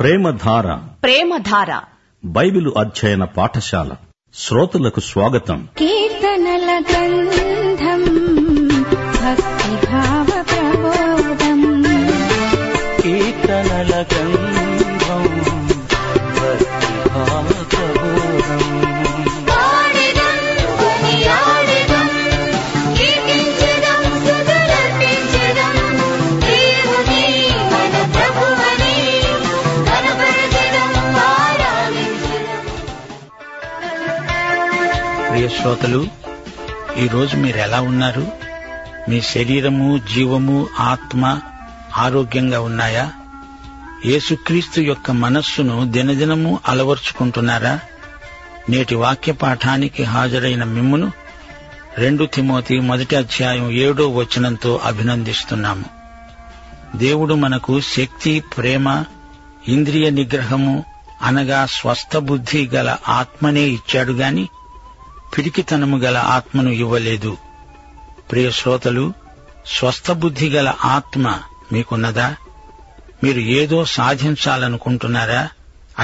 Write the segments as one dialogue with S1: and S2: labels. S1: ప్రేమధార
S2: Premadhara
S1: Bible అధ్యయన పాఠశాల శ్రోతలకు స్వాగతం
S3: కీర్తనల గంధం భక్తిభావ ప్రబోధం
S4: కీర్తనల గంధం భక్తిభావ ప్రబోధం ప్రియ శ్రోతలు ఈరోజు మీరు ఎలా ఉన్నారు మీ శరీరము జీవము ఆత్మ ఆరోగ్యంగా ఉన్నాయా యేసుక్రీస్తు యొక్క మనస్సును దినదినము అలవర్చుకుంటున్నారా నేటి వాక్య పాఠానికి హాజరైన మిమ్మును రెండు తిమోతి మొదటి అధ్యాయం ఏడో వచనంతో అభినందిస్తున్నాము దేవుడు మనకు శక్తి ప్రేమ ఇంద్రియ నిగ్రహము అనగా స్వస్థ బుద్ధి గల ఆత్మనే ఇచ్చాడు గాని పిరికితనము గల ఆత్మను ఇవ్వలేదు ప్రియ శ్రోతలు స్వస్థ బుద్ధి గల ఆత్మ మీకున్నదా మీరు ఏదో సాధించాలనుకుంటున్నారా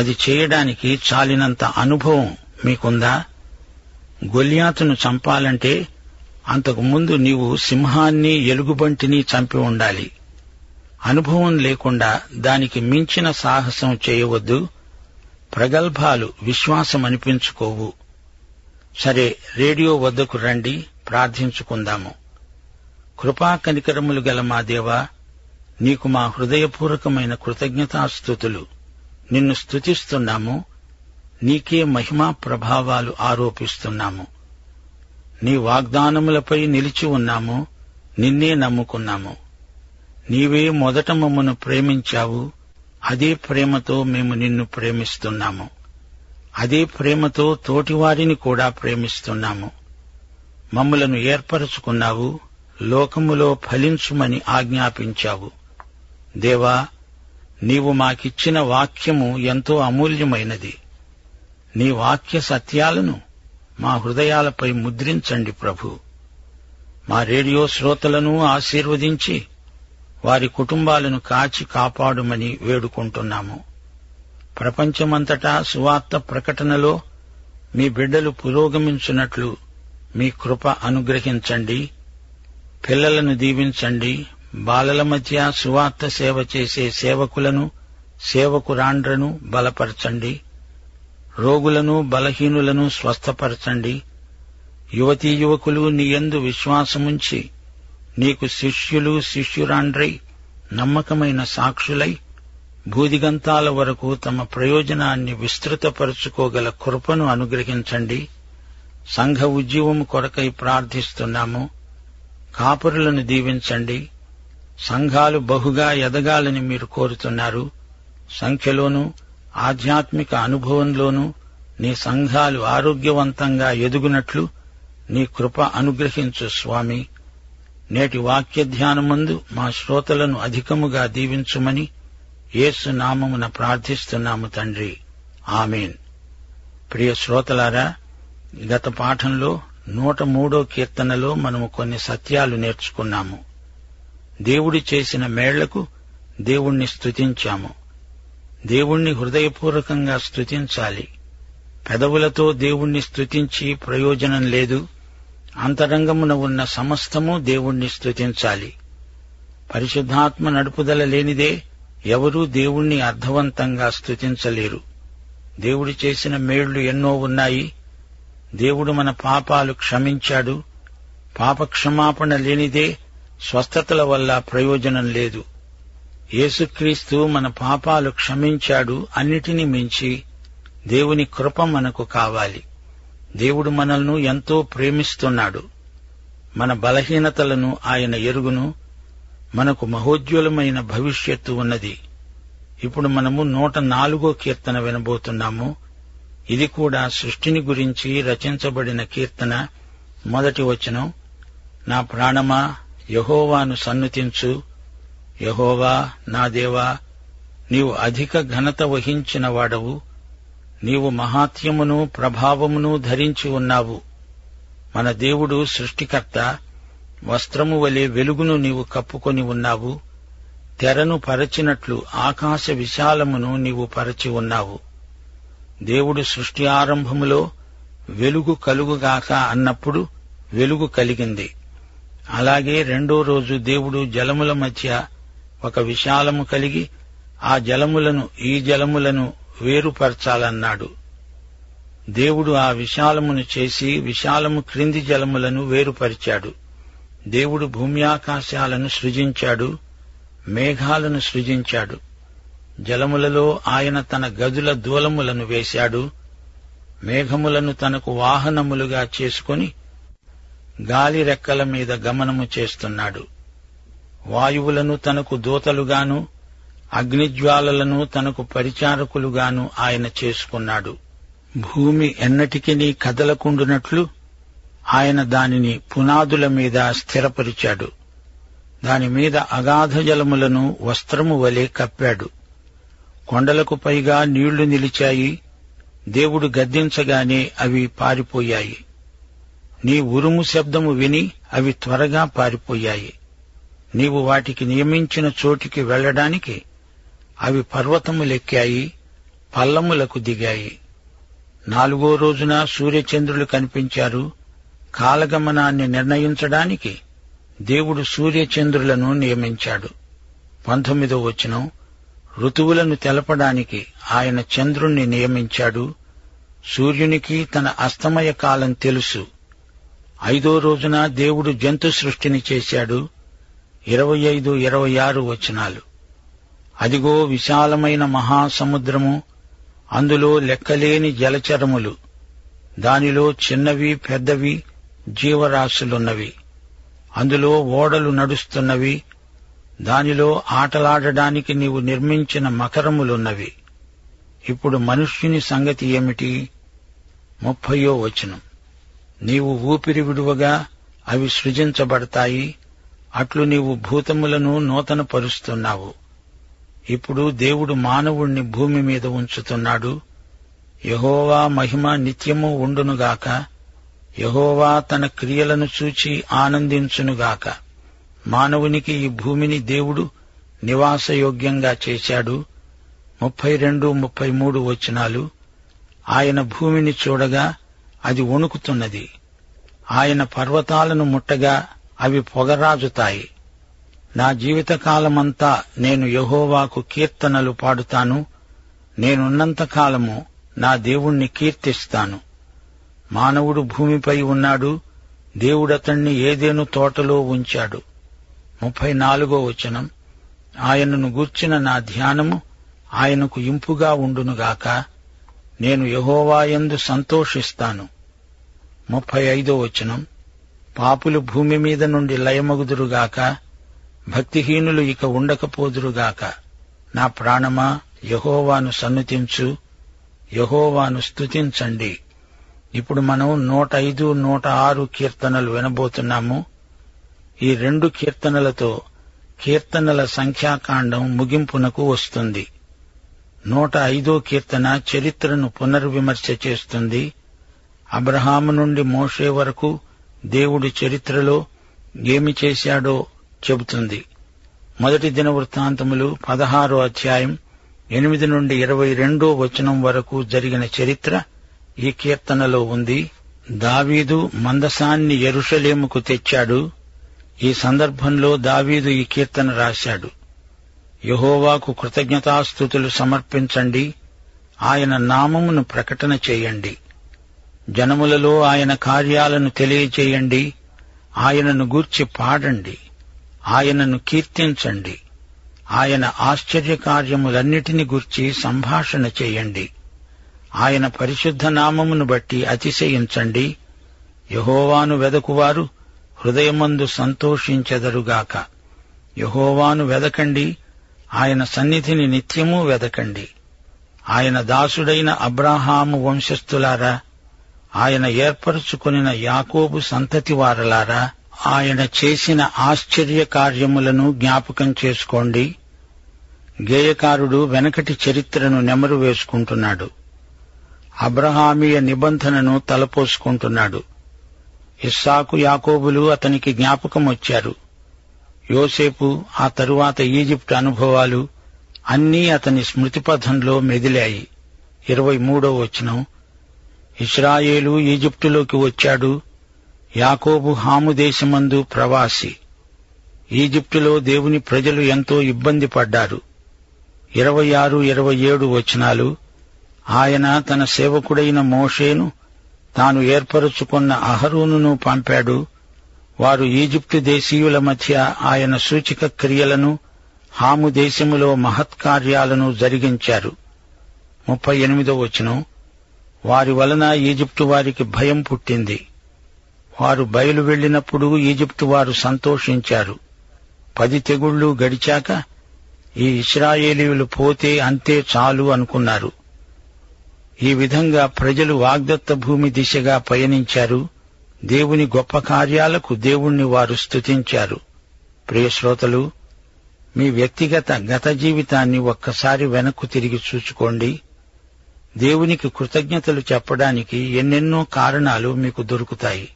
S4: అది చేయడానికి చాలినంత అనుభవం మీకుందా గొల్యాతును చంపాలంటే అంతకు ముందు నీవు సింహాన్ని ఎలుగుబంటిని చంపి ఉండాలి అనుభవం లేకుండా దానికి మించిన సాహసం చేయవద్దు ప్రగల్భాలు విశ్వాసమనిపించుకోవు సరే రేడియో వద్దకు రండి ప్రార్థించుకుందాము కృపా కనికరములు గల మా దేవా నీకు మా హృదయపూర్వకమైన కృతజ్ఞతాస్థుతులు నిన్ను స్తుతిస్తున్నాము నీకే మహిమా ప్రభావాలు ఆరోపిస్తున్నాము నీ వాగ్దానములపై నిలిచి ఉన్నాము నిన్నే నమ్ముకున్నాము నీవే మొదట మమ్మను ప్రేమించావు అదే ప్రేమతో మేము నిన్ను ప్రేమిస్తున్నాము అదే ప్రేమతో తోటివారిని కూడా ప్రేమిస్తున్నాము మమ్ములను ఏర్పరచుకున్నావు లోకములో ఫలించుమని ఆజ్ఞాపించావు దేవా నీవు మాకిచ్చిన వాక్యము ఎంతో అమూల్యమైనది నీ వాక్య సత్యాలను మా హృదయాలపై ముద్రించండి ప్రభు మా రేడియో శ్రోతలను ఆశీర్వదించి వారి కుటుంబాలను కాచి కాపాడుమని వేడుకుంటున్నాము ప్రపంచమంతటా సువార్త ప్రకటనలో మీ బిడ్డలు పురోగమించున్నట్లు మీ కృప అనుగ్రహించండి పిల్లలను దీవించండి బాలల మధ్య సువార్త సేవ చేసే సేవకులను సేవకురాండ్రను బలపరచండి రోగులను బలహీనులను స్వస్థపరచండి యువతీ యువకులు నీయందు విశ్వాసముంచి నీకు శిష్యులు శిష్యురాండ్రై నమ్మకమైన సాక్షులై భూదిగంతాల వరకు తమ ప్రయోజనాన్ని విస్తృతపరుచుకోగల కృపను అనుగ్రహించండి సంఘ ఉద్యమం కొరకై ప్రార్థిస్తున్నాము కాపురులను దీవించండి సంఘాలు బహుగా ఎదగాలని మీరు కోరుతున్నారు సంఖ్యలోనూ ఆధ్యాత్మిక అనుభవంలోనూ నీ సంఘాలు ఆరోగ్యవంతంగా ఎదుగునట్లు నీ కృప అనుగ్రహించు స్వామి నేటి వాక్య ధ్యానమందు మా శ్రోతలను అధికముగా దీవించుమని యేసు నామమున ప్రార్థిస్తున్నాము తండ్రి ఆమెన్ ప్రియ శ్రోతలారా గత పాఠంలో నూట మూడో కీర్తనలో మనము కొన్ని సత్యాలు నేర్చుకున్నాము దేవుడు చేసిన మేళ్లకు దేవుణ్ణి స్తుతించాము దేవుణ్ణి హృదయపూర్వకంగా స్తుతించాలి పెదవులతో దేవుణ్ణి స్తుతించి ప్రయోజనం లేదు అంతరంగమున ఉన్న సమస్తము దేవుణ్ణి స్తుతించాలి పరిశుద్ధాత్మ నడుపుదల లేనిదే ఎవరూ దేవుణ్ణి అర్థవంతంగా స్తుతించలేరు దేవుడు చేసిన మేళ్లు ఎన్నో ఉన్నాయి దేవుడు మన పాపాలు క్షమించాడు పాపక్షమాపణ లేనిదే స్వస్థతల వల్ల ప్రయోజనం లేదు యేసుక్రీస్తు మన పాపాలు క్షమించాడు అన్నిటినీ మించి దేవుని కృప మనకు కావాలి దేవుడు మనల్ని ఎంతో ప్రేమిస్తున్నాడు మన బలహీనతలను ఆయన ఎరుగును మనకు మహోజ్వలమైన భవిష్యత్తు ఉన్నది ఇప్పుడు మనము నూట నాలుగో కీర్తన వినబోతున్నాము ఇది కూడా సృష్టిని గురించి రచించబడిన కీర్తన మొదటి వచనం నా ప్రాణమా యహోవాను సన్నుతించు యహోవా నా దేవా నీవు అధిక ఘనత వహించిన వాడవు నీవు మహాత్యమును ప్రభావమును ధరించి ఉన్నావు మన దేవుడు సృష్టికర్త వస్త్రము వలె వెలుగును నీవు కప్పుకొని ఉన్నావు తెరను పరచినట్లు ఆకాశ విశాలమును నీవు పరచి ఉన్నావు దేవుడు సృష్టి ఆరంభములో వెలుగు కలుగుగాక అన్నప్పుడు వెలుగు కలిగింది అలాగే రెండో రోజు దేవుడు జలముల మధ్య ఒక విశాలము కలిగి ఆ జలములను ఈ జలములను వేరుపరచాలన్నాడు దేవుడు ఆ విశాలమును చేసి విశాలము క్రింది జలములను వేరుపరిచాడు దేవుడు భూమి ఆకాశాలను సృజించాడు మేఘాలను సృజించాడు జలములలో ఆయన తన గదుల దూలములను వేశాడు మేఘములను తనకు వాహనములుగా చేసుకొని గాలి రెక్కల మీద గమనము చేస్తున్నాడు వాయువులను తనకు దూతలుగాను అగ్నిజ్వాలలను తనకు పరిచారకులుగాను ఆయన చేసుకున్నాడు భూమి ఎన్నటికి కదలకుండునట్లు ఆయన దానిని పునాదుల మీద స్థిరపరిచాడు దాని మీద అగాధ జలములను వస్త్రము వలె కప్పాడు కొండలకు పైగా నీళ్లు నిలిచాయి దేవుడు గద్దించగానే అవి పారిపోయాయి నీ ఉరుము శబ్దము విని అవి త్వరగా పారిపోయాయి నీవు వాటికి నియమించిన చోటికి వెళ్ళడానికి అవి పర్వతములెక్కాయి పల్లములకు దిగాయి నాలుగో రోజున సూర్యచంద్రులు కనిపించారు కాలగమనాన్ని నిర్ణయించడానికి దేవుడు సూర్యచంద్రులను నియమించాడు పంతొమ్మిదో వచనం ఋతువులను తెలపడానికి ఆయన చంద్రుణ్ణి నియమించాడు సూర్యునికి తన అస్తమయ కాలం తెలుసు ఐదో రోజున దేవుడు జంతు సృష్టిని చేశాడు ఇరవై ఐదు ఇరవై ఆరు వచనాలు అదిగో విశాలమైన మహాసముద్రము అందులో లెక్కలేని జలచరములు దానిలో చిన్నవి పెద్దవి జీవరాశులున్నవి అందులో ఓడలు నడుస్తున్నవి దానిలో ఆటలాడడానికి నీవు నిర్మించిన మకరములున్నవి ఇప్పుడు మనుష్యుని సంగతి ఏమిటి ముప్పయో వచనం నీవు ఊపిరి విడువగా అవి సృజించబడతాయి అట్లు నీవు భూతములను నూతన పరుస్తున్నావు ఇప్పుడు దేవుడు మానవుణ్ణి భూమి మీద ఉంచుతున్నాడు యహోవా మహిమ నిత్యము ఉండునుగాక యహోవా తన క్రియలను చూచి ఆనందించునుగాక మానవునికి ఈ భూమిని దేవుడు నివాసయోగ్యంగా చేశాడు ముప్పై రెండు ముప్పై మూడు వచనాలు ఆయన భూమిని చూడగా అది వణుకుతున్నది ఆయన పర్వతాలను ముట్టగా అవి పొగరాజుతాయి నా జీవితకాలమంతా నేను యహోవాకు కీర్తనలు పాడుతాను నేనున్నంత కాలము నా దేవుణ్ణి కీర్తిస్తాను మానవుడు భూమిపై ఉన్నాడు దేవుడతణ్ణి ఏదేను తోటలో ఉంచాడు ముప్పై నాలుగో వచనం ఆయనను గూర్చిన నా ధ్యానము ఆయనకు ఇంపుగా ఉండునుగాక నేను యహోవాయందు సంతోషిస్తాను ముప్పై ఐదో వచనం పాపులు భూమి మీద నుండి లయమగుదురుగాక భక్తిహీనులు ఇక ఉండకపోదురుగాక నా ప్రాణమా యహోవాను సన్నుతించు యహోవాను స్తుతించండి ఇప్పుడు మనం నూట ఐదు నూట ఆరు కీర్తనలు వినబోతున్నాము ఈ రెండు కీర్తనలతో కీర్తనల సంఖ్యాకాండం ముగింపునకు వస్తుంది నూట ఐదో కీర్తన చరిత్రను పునర్విమర్శ చేస్తుంది అబ్రహాము నుండి మోషే వరకు దేవుడి చరిత్రలో ఏమి చేశాడో చెబుతుంది మొదటి దిన వృత్తాంతములు పదహారో అధ్యాయం ఎనిమిది నుండి ఇరవై రెండో వచనం వరకు జరిగిన చరిత్ర ఈ కీర్తనలో ఉంది దావీదు మందసాన్ని ఎరుషలేముకు తెచ్చాడు ఈ సందర్భంలో దావీదు ఈ కీర్తన రాశాడు యహోవాకు కృతజ్ఞతాస్థుతులు సమర్పించండి ఆయన నామమును ప్రకటన చేయండి జనములలో ఆయన కార్యాలను తెలియచేయండి ఆయనను గూర్చి పాడండి ఆయనను కీర్తించండి ఆయన ఆశ్చర్యకార్యములన్నిటిని గూర్చి సంభాషణ చేయండి ఆయన పరిశుద్ధ నామమును బట్టి అతిశయించండి యహోవాను వెదకువారు హృదయమందు సంతోషించెదరుగాక యహోవాను వెదకండి ఆయన సన్నిధిని నిత్యము వెదకండి ఆయన దాసుడైన అబ్రాహాము వంశస్థులారా ఆయన ఏర్పరచుకొనిన యాకోబు సంతతి వారలారా ఆయన చేసిన ఆశ్చర్య కార్యములను జ్ఞాపకం చేసుకోండి గేయకారుడు వెనకటి చరిత్రను నెమరు వేసుకుంటున్నాడు అబ్రహామీయ నిబంధనను తలపోసుకుంటున్నాడు ఇస్సాకు యాకోబులు అతనికి జ్ఞాపకం వచ్చారు యోసేపు ఆ తరువాత ఈజిప్ట్ అనుభవాలు అన్నీ అతని స్మృతిపథంలో మెదిలాయి ఇరవై మూడో వచనం ఇస్రాయేలు ఈజిప్టులోకి వచ్చాడు యాకోబు హాము దేశమందు ప్రవాసి ఈజిప్టులో దేవుని ప్రజలు ఎంతో ఇబ్బంది పడ్డారు ఇరవై ఆరు ఇరవై ఏడు వచనాలు ఆయన తన సేవకుడైన మోషేను తాను ఏర్పరుచుకున్న అహరోనును పంపాడు వారు ఈజిప్టు దేశీయుల మధ్య ఆయన సూచక క్రియలను హాము దేశములో మహత్కార్యాలను జరిగించారు ముప్పై ఎనిమిదో వచనం వారి వలన ఈజిప్టు వారికి భయం పుట్టింది వారు బయలు వెళ్ళినప్పుడు ఈజిప్టు వారు సంతోషించారు పది తెగుళ్ళు గడిచాక ఈ ఇస్రాయేలీయులు పోతే అంతే చాలు అనుకున్నారు ఈ విధంగా ప్రజలు వాగ్దత్త భూమి దిశగా పయనించారు దేవుని గొప్ప కార్యాలకు దేవుణ్ణి వారు స్తుతించారు ప్రియశ్రోతలు మీ వ్యక్తిగత గత జీవితాన్ని ఒక్కసారి వెనక్కు తిరిగి చూచుకోండి దేవునికి కృతజ్ఞతలు చెప్పడానికి ఎన్నెన్నో కారణాలు మీకు దొరుకుతాయి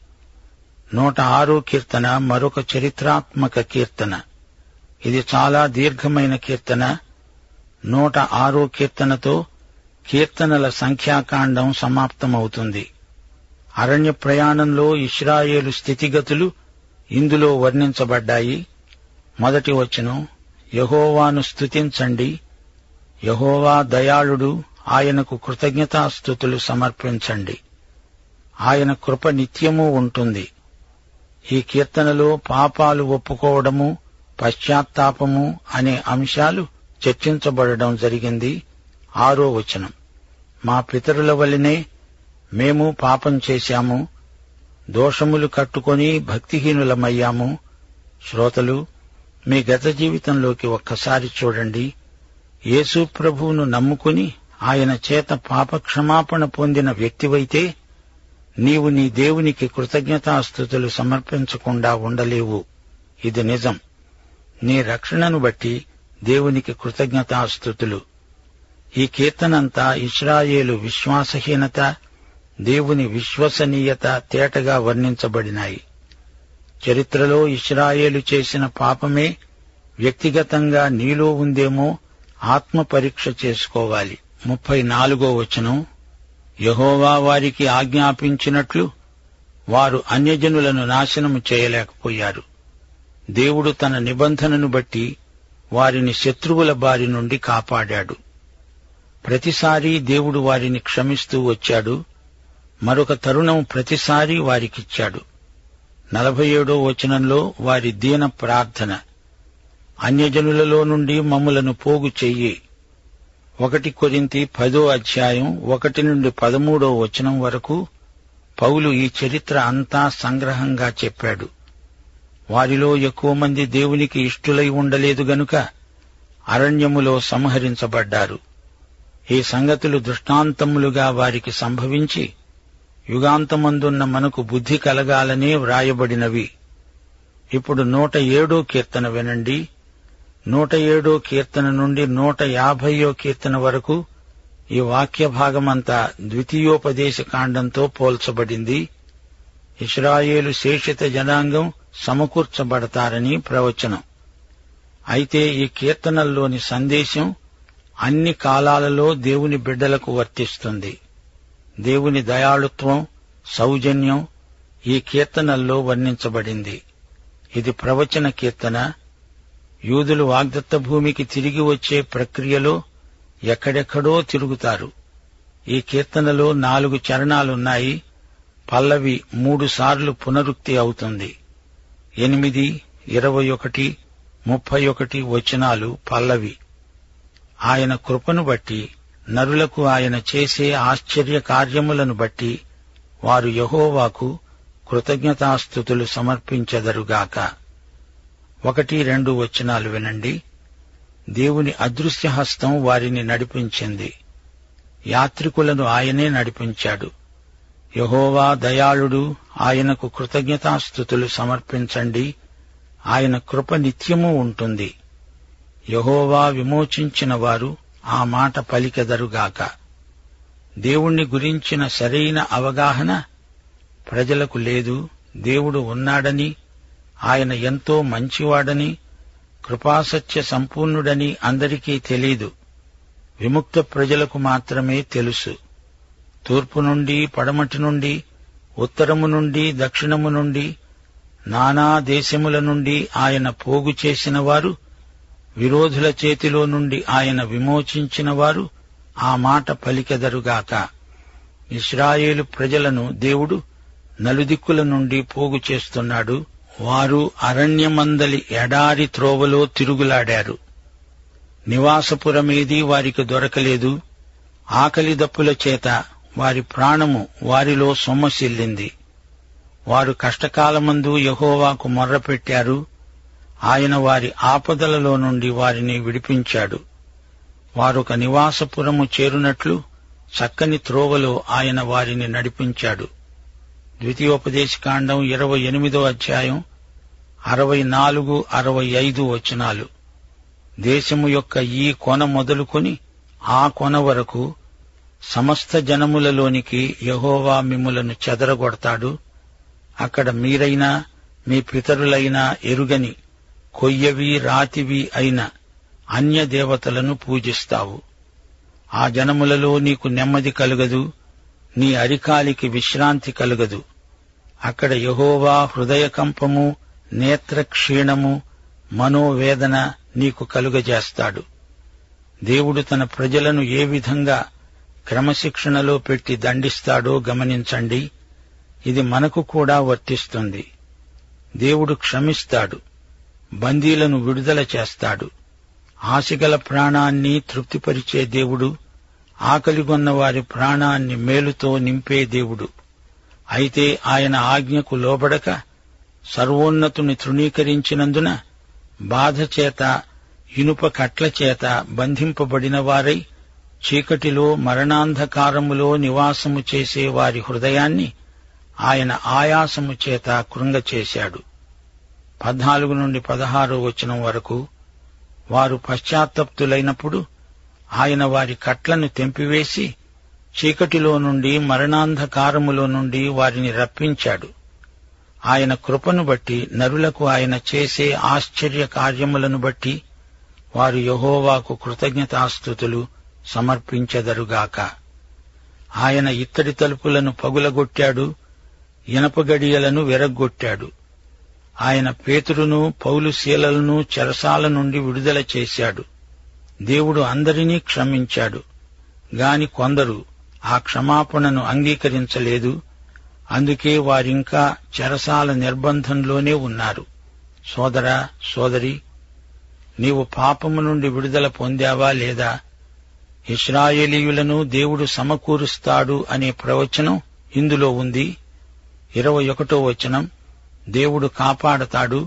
S4: నూట ఆరో కీర్తన మరొక చరిత్రాత్మక కీర్తన ఇది చాలా దీర్ఘమైన కీర్తన నూట ఆరో కీర్తనతో కీర్తనల సంఖ్యాకాండం సమాప్తమవుతుంది అరణ్య ప్రయాణంలో ఇస్రాయేలు స్థితిగతులు ఇందులో వర్ణించబడ్డాయి మొదటి వచనం యహోవాను స్తుతించండి యహోవా దయాళుడు ఆయనకు కృతజ్ఞతాస్థుతులు సమర్పించండి ఆయన కృప నిత్యము ఉంటుంది ఈ కీర్తనలో పాపాలు ఒప్పుకోవడము పశ్చాత్తాపము అనే అంశాలు చర్చించబడడం జరిగింది ఆరో వచనం మా పితరుల వల్లనే మేము పాపం చేశాము దోషములు కట్టుకొని భక్తిహీనులమయ్యాము శ్రోతలు మీ గత జీవితంలోకి ఒక్కసారి చూడండి యేసు ప్రభువును నమ్ముకుని ఆయన చేత పాపక్షమాపణ పొందిన వ్యక్తివైతే నీవు నీ దేవునికి కృతజ్ఞతాస్థుతులు సమర్పించకుండా ఉండలేవు ఇది నిజం నీ రక్షణను బట్టి దేవునికి కృతజ్ఞతాస్థుతులు ఈ కీర్తనంతా ఇస్రాయేలు విశ్వాసహీనత దేవుని విశ్వసనీయత తేటగా వర్ణించబడినాయి చరిత్రలో ఇస్రాయేలు చేసిన పాపమే వ్యక్తిగతంగా నీలో ఉందేమో ఆత్మ పరీక్ష చేసుకోవాలి ముప్పై నాలుగో వచనం యహోవా వారికి ఆజ్ఞాపించినట్లు వారు అన్యజనులను నాశనము చేయలేకపోయారు దేవుడు తన నిబంధనను బట్టి వారిని శత్రువుల బారి నుండి కాపాడాడు ప్రతిసారీ దేవుడు వారిని క్షమిస్తూ వచ్చాడు మరొక తరుణం ప్రతిసారీ వారికిచ్చాడు నలభై ఏడో వచనంలో వారి దీన ప్రార్థన అన్యజనులలో నుండి మమ్ములను పోగు చెయ్యి ఒకటి కొరింతి పదో అధ్యాయం ఒకటి నుండి పదమూడో వచనం వరకు పౌలు ఈ చరిత్ర అంతా సంగ్రహంగా చెప్పాడు వారిలో ఎక్కువ మంది దేవునికి ఇష్టులై ఉండలేదు గనుక అరణ్యములో సంహరించబడ్డారు ఈ సంగతులు దృష్టాంతములుగా వారికి సంభవించి యుగాంతమందున్న మనకు బుద్ధి కలగాలనే వ్రాయబడినవి ఇప్పుడు నూట ఏడో కీర్తన వినండి నూట ఏడో కీర్తన నుండి నూట యాభయో కీర్తన వరకు ఈ వాక్య భాగమంతా ద్వితీయోపదేశ కాండంతో పోల్చబడింది ఇస్రాయేలు శేషిత జనాంగం సమకూర్చబడతారని ప్రవచనం అయితే ఈ కీర్తనల్లోని సందేశం అన్ని కాలాలలో దేవుని బిడ్డలకు వర్తిస్తుంది దేవుని దయాళుత్వం సౌజన్యం ఈ కీర్తనల్లో వర్ణించబడింది ఇది ప్రవచన కీర్తన యూదులు వాగ్దత్త భూమికి తిరిగి వచ్చే ప్రక్రియలో ఎక్కడెక్కడో తిరుగుతారు ఈ కీర్తనలో నాలుగు చరణాలున్నాయి పల్లవి మూడుసార్లు పునరుక్తి అవుతుంది ఎనిమిది ఇరవై ఒకటి ముప్పై ఒకటి వచనాలు పల్లవి ఆయన కృపను బట్టి నరులకు ఆయన చేసే ఆశ్చర్య కార్యములను బట్టి వారు యహోవాకు కృతజ్ఞతాస్థుతులు సమర్పించెదరుగాక ఒకటి రెండు వచనాలు వినండి దేవుని అదృశ్య హస్తం వారిని నడిపించింది యాత్రికులను ఆయనే నడిపించాడు యహోవా దయాళుడు ఆయనకు కృతజ్ఞతాస్థుతులు సమర్పించండి ఆయన కృప నిత్యము ఉంటుంది యహోవా విమోచించిన వారు ఆ మాట పలికెదరుగాక దేవుణ్ణి గురించిన సరైన అవగాహన ప్రజలకు లేదు దేవుడు ఉన్నాడని ఆయన ఎంతో మంచివాడని కృపాసత్య సంపూర్ణుడని అందరికీ తెలీదు విముక్త ప్రజలకు మాత్రమే తెలుసు తూర్పు నుండి పడమటి నుండి ఉత్తరము నుండి దక్షిణము నుండి నానా దేశముల నుండి ఆయన పోగు చేసిన వారు విరోధుల చేతిలో నుండి ఆయన విమోచించిన వారు ఆ మాట పలికెదరుగాక ఇస్రాయేలు ప్రజలను దేవుడు నలుదిక్కుల నుండి పోగు చేస్తున్నాడు వారు అరణ్యమందలి ఎడారి త్రోవలో తిరుగులాడారు నివాసపురమేది వారికి దొరకలేదు ఆకలి దప్పుల చేత వారి ప్రాణము వారిలో సొమ్మసిల్లింది వారు కష్టకాలమందు యెహోవాకు మొర్రపెట్టారు ఆయన వారి ఆపదలలో నుండి వారిని విడిపించాడు వారొక నివాసపురము చేరునట్లు చక్కని త్రోవలో ఆయన వారిని నడిపించాడు ద్వితీయోపదేశకాండం ఇరవై ఎనిమిదో అధ్యాయం అరవై నాలుగు అరవై ఐదు వచనాలు దేశము యొక్క ఈ కొన మొదలుకొని ఆ కొన వరకు సమస్త జనములలోనికి యహోవా మిమ్ములను చెదరగొడతాడు అక్కడ మీరైనా మీ పితరులైనా ఎరుగని కొయ్యవి రాతివి అయిన అన్య దేవతలను పూజిస్తావు ఆ జనములలో నీకు నెమ్మది కలుగదు నీ అరికాలికి విశ్రాంతి కలుగదు అక్కడ యహోవా హృదయకంపము నేత్రక్షీణము మనోవేదన నీకు కలుగజేస్తాడు దేవుడు తన ప్రజలను ఏ విధంగా క్రమశిక్షణలో పెట్టి దండిస్తాడో గమనించండి ఇది మనకు కూడా వర్తిస్తుంది దేవుడు క్షమిస్తాడు బందీలను విడుదల చేస్తాడు ఆశగల ప్రాణాన్ని తృప్తిపరిచే దేవుడు ఆకలిగొన్న వారి ప్రాణాన్ని మేలుతో నింపే దేవుడు అయితే ఆయన ఆజ్ఞకు లోబడక సర్వోన్నతుని తృణీకరించినందున బాధ చేత ఇనుప కట్ల చేత బంధింపబడిన వారై చీకటిలో మరణాంధకారములో నివాసము చేసే వారి హృదయాన్ని ఆయన ఆయాసము చేత కృంగచేశాడు పద్నాలుగు నుండి పదహారు వచనం వరకు వారు పశ్చాత్తప్తులైనప్పుడు ఆయన వారి కట్లను తెంపివేసి చీకటిలో నుండి మరణాంధకారములో నుండి వారిని రప్పించాడు ఆయన కృపను బట్టి నరులకు ఆయన చేసే ఆశ్చర్య కార్యములను బట్టి వారు యహోవాకు కృతజ్ఞతాస్థుతులు సమర్పించెదరుగాక ఆయన ఇత్తడి తలుపులను పగులగొట్టాడు ఇనపగడియలను విరగ్గొట్టాడు ఆయన పేతురును పౌలు శీలలను చెరసాల నుండి విడుదల చేశాడు దేవుడు అందరినీ క్షమించాడు గాని కొందరు ఆ క్షమాపణను అంగీకరించలేదు అందుకే వారింకా చెరసాల నిర్బంధంలోనే ఉన్నారు సోదరా సోదరి నీవు పాపము నుండి విడుదల పొందావా లేదా ఇస్రాయేలీయులను దేవుడు సమకూరుస్తాడు అనే ప్రవచనం ఇందులో ఉంది ఇరవై ఒకటో వచనం దేవుడు కాపాడతాడు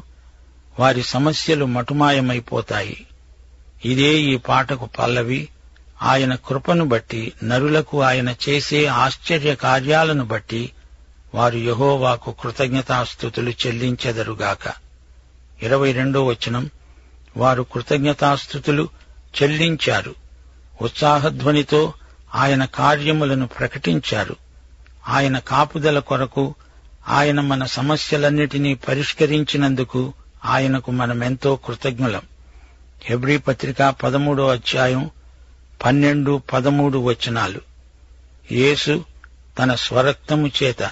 S4: వారి సమస్యలు మటుమాయమైపోతాయి ఇదే ఈ పాటకు పల్లవి ఆయన కృపను బట్టి నరులకు ఆయన చేసే ఆశ్చర్య కార్యాలను బట్టి వారు యహోవాకు కృతజ్ఞతాస్థుతులు చెల్లించెదరుగాక ఇరవై రెండో వచనం వారు కృతజ్ఞతాస్థుతులు చెల్లించారు ఉత్సాహధ్వనితో ఆయన కార్యములను ప్రకటించారు ఆయన కాపుదల కొరకు ఆయన మన సమస్యలన్నిటినీ పరిష్కరించినందుకు ఆయనకు మనమెంతో కృతజ్ఞులం హెబ్రీ పత్రిక పదమూడో అధ్యాయం పన్నెండు పదమూడు వచనాలు యేసు తన స్వరక్తము చేత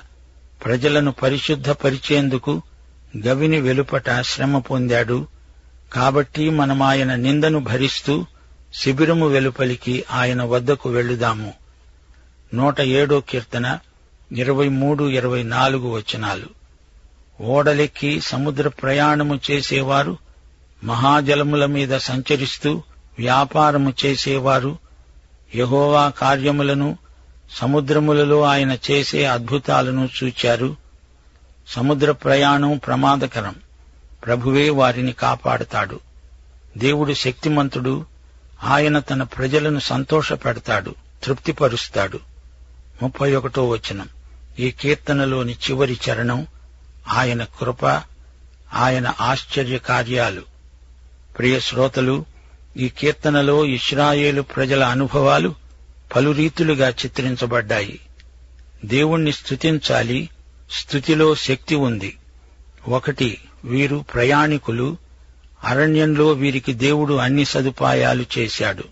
S4: ప్రజలను పరిశుద్ధపరిచేందుకు గవిని వెలుపట శ్రమ పొందాడు కాబట్టి మనమాయన నిందను భరిస్తూ శిబిరము వెలుపలికి ఆయన వద్దకు వెళ్ళుదాము నూట ఏడో కీర్తన ఇరవై మూడు ఇరవై నాలుగు వచనాలు ఓడలెక్కి సముద్ర ప్రయాణము చేసేవారు మహాజలముల మీద సంచరిస్తూ వ్యాపారము చేసేవారు యహోవా కార్యములను సముద్రములలో ఆయన చేసే అద్భుతాలను చూచారు సముద్ర ప్రయాణం ప్రమాదకరం ప్రభువే వారిని కాపాడతాడు దేవుడు శక్తిమంతుడు ఆయన తన ప్రజలను సంతోషపెడతాడు తృప్తిపరుస్తాడు ముప్పై ఒకటో వచనం ఈ కీర్తనలోని చివరి చరణం ఆయన కృప ఆయన ఆశ్చర్య కార్యాలు ప్రియ శ్రోతలు ఈ కీర్తనలో ఇస్రాయేలు ప్రజల అనుభవాలు పలు రీతులుగా చిత్రించబడ్డాయి దేవుణ్ణి స్తుతించాలి స్తుతిలో శక్తి ఉంది ఒకటి వీరు ప్రయాణికులు అరణ్యంలో వీరికి దేవుడు అన్ని సదుపాయాలు చేశాడు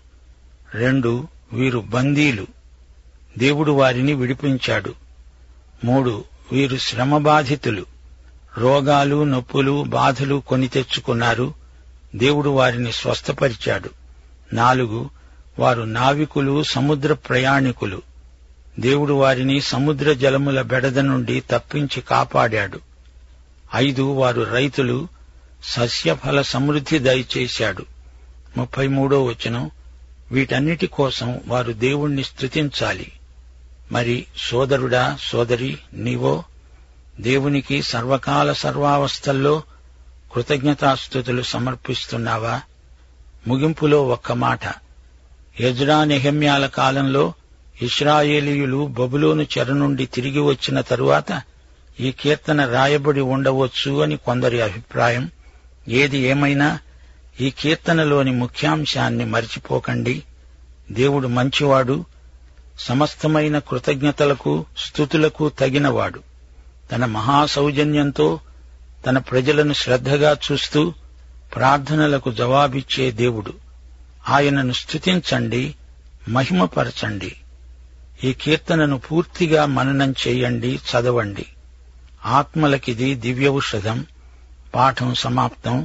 S4: రెండు వీరు బందీలు దేవుడు వారిని విడిపించాడు మూడు వీరు శ్రమబాధితులు రోగాలు నొప్పులు బాధలు కొని తెచ్చుకున్నారు దేవుడు వారిని స్వస్థపరిచాడు నాలుగు వారు నావికులు సముద్ర ప్రయాణికులు దేవుడు వారిని సముద్ర జలముల బెడద నుండి తప్పించి కాపాడాడు ఐదు వారు రైతులు సస్యఫల సమృద్ధి దయచేశాడు ముప్పై మూడో వచనం వీటన్నిటి కోసం వారు దేవుణ్ణి స్తుతించాలి మరి సోదరుడా సోదరి నీవో దేవునికి సర్వకాల సర్వావస్థల్లో కృతజ్ఞతాస్థుతులు సమర్పిస్తున్నావా ముగింపులో ఒక్క మాట యజ్రా నెహమ్యాల కాలంలో ఇస్రాయేలీయులు బబులోను చెర నుండి తిరిగి వచ్చిన తరువాత ఈ కీర్తన రాయబడి ఉండవచ్చు అని కొందరి అభిప్రాయం ఏది ఏమైనా ఈ కీర్తనలోని ముఖ్యాంశాన్ని మరిచిపోకండి దేవుడు మంచివాడు సమస్తమైన కృతజ్ఞతలకు స్థుతులకు తగినవాడు తన మహా సౌజన్యంతో తన ప్రజలను శ్రద్ధగా చూస్తూ ప్రార్థనలకు జవాబిచ్చే దేవుడు ఆయనను స్థుతించండి మహిమపరచండి ఈ కీర్తనను పూర్తిగా మననం చేయండి చదవండి ఆత్మలకిది దివ్యౌషధం పాఠం సమాప్తం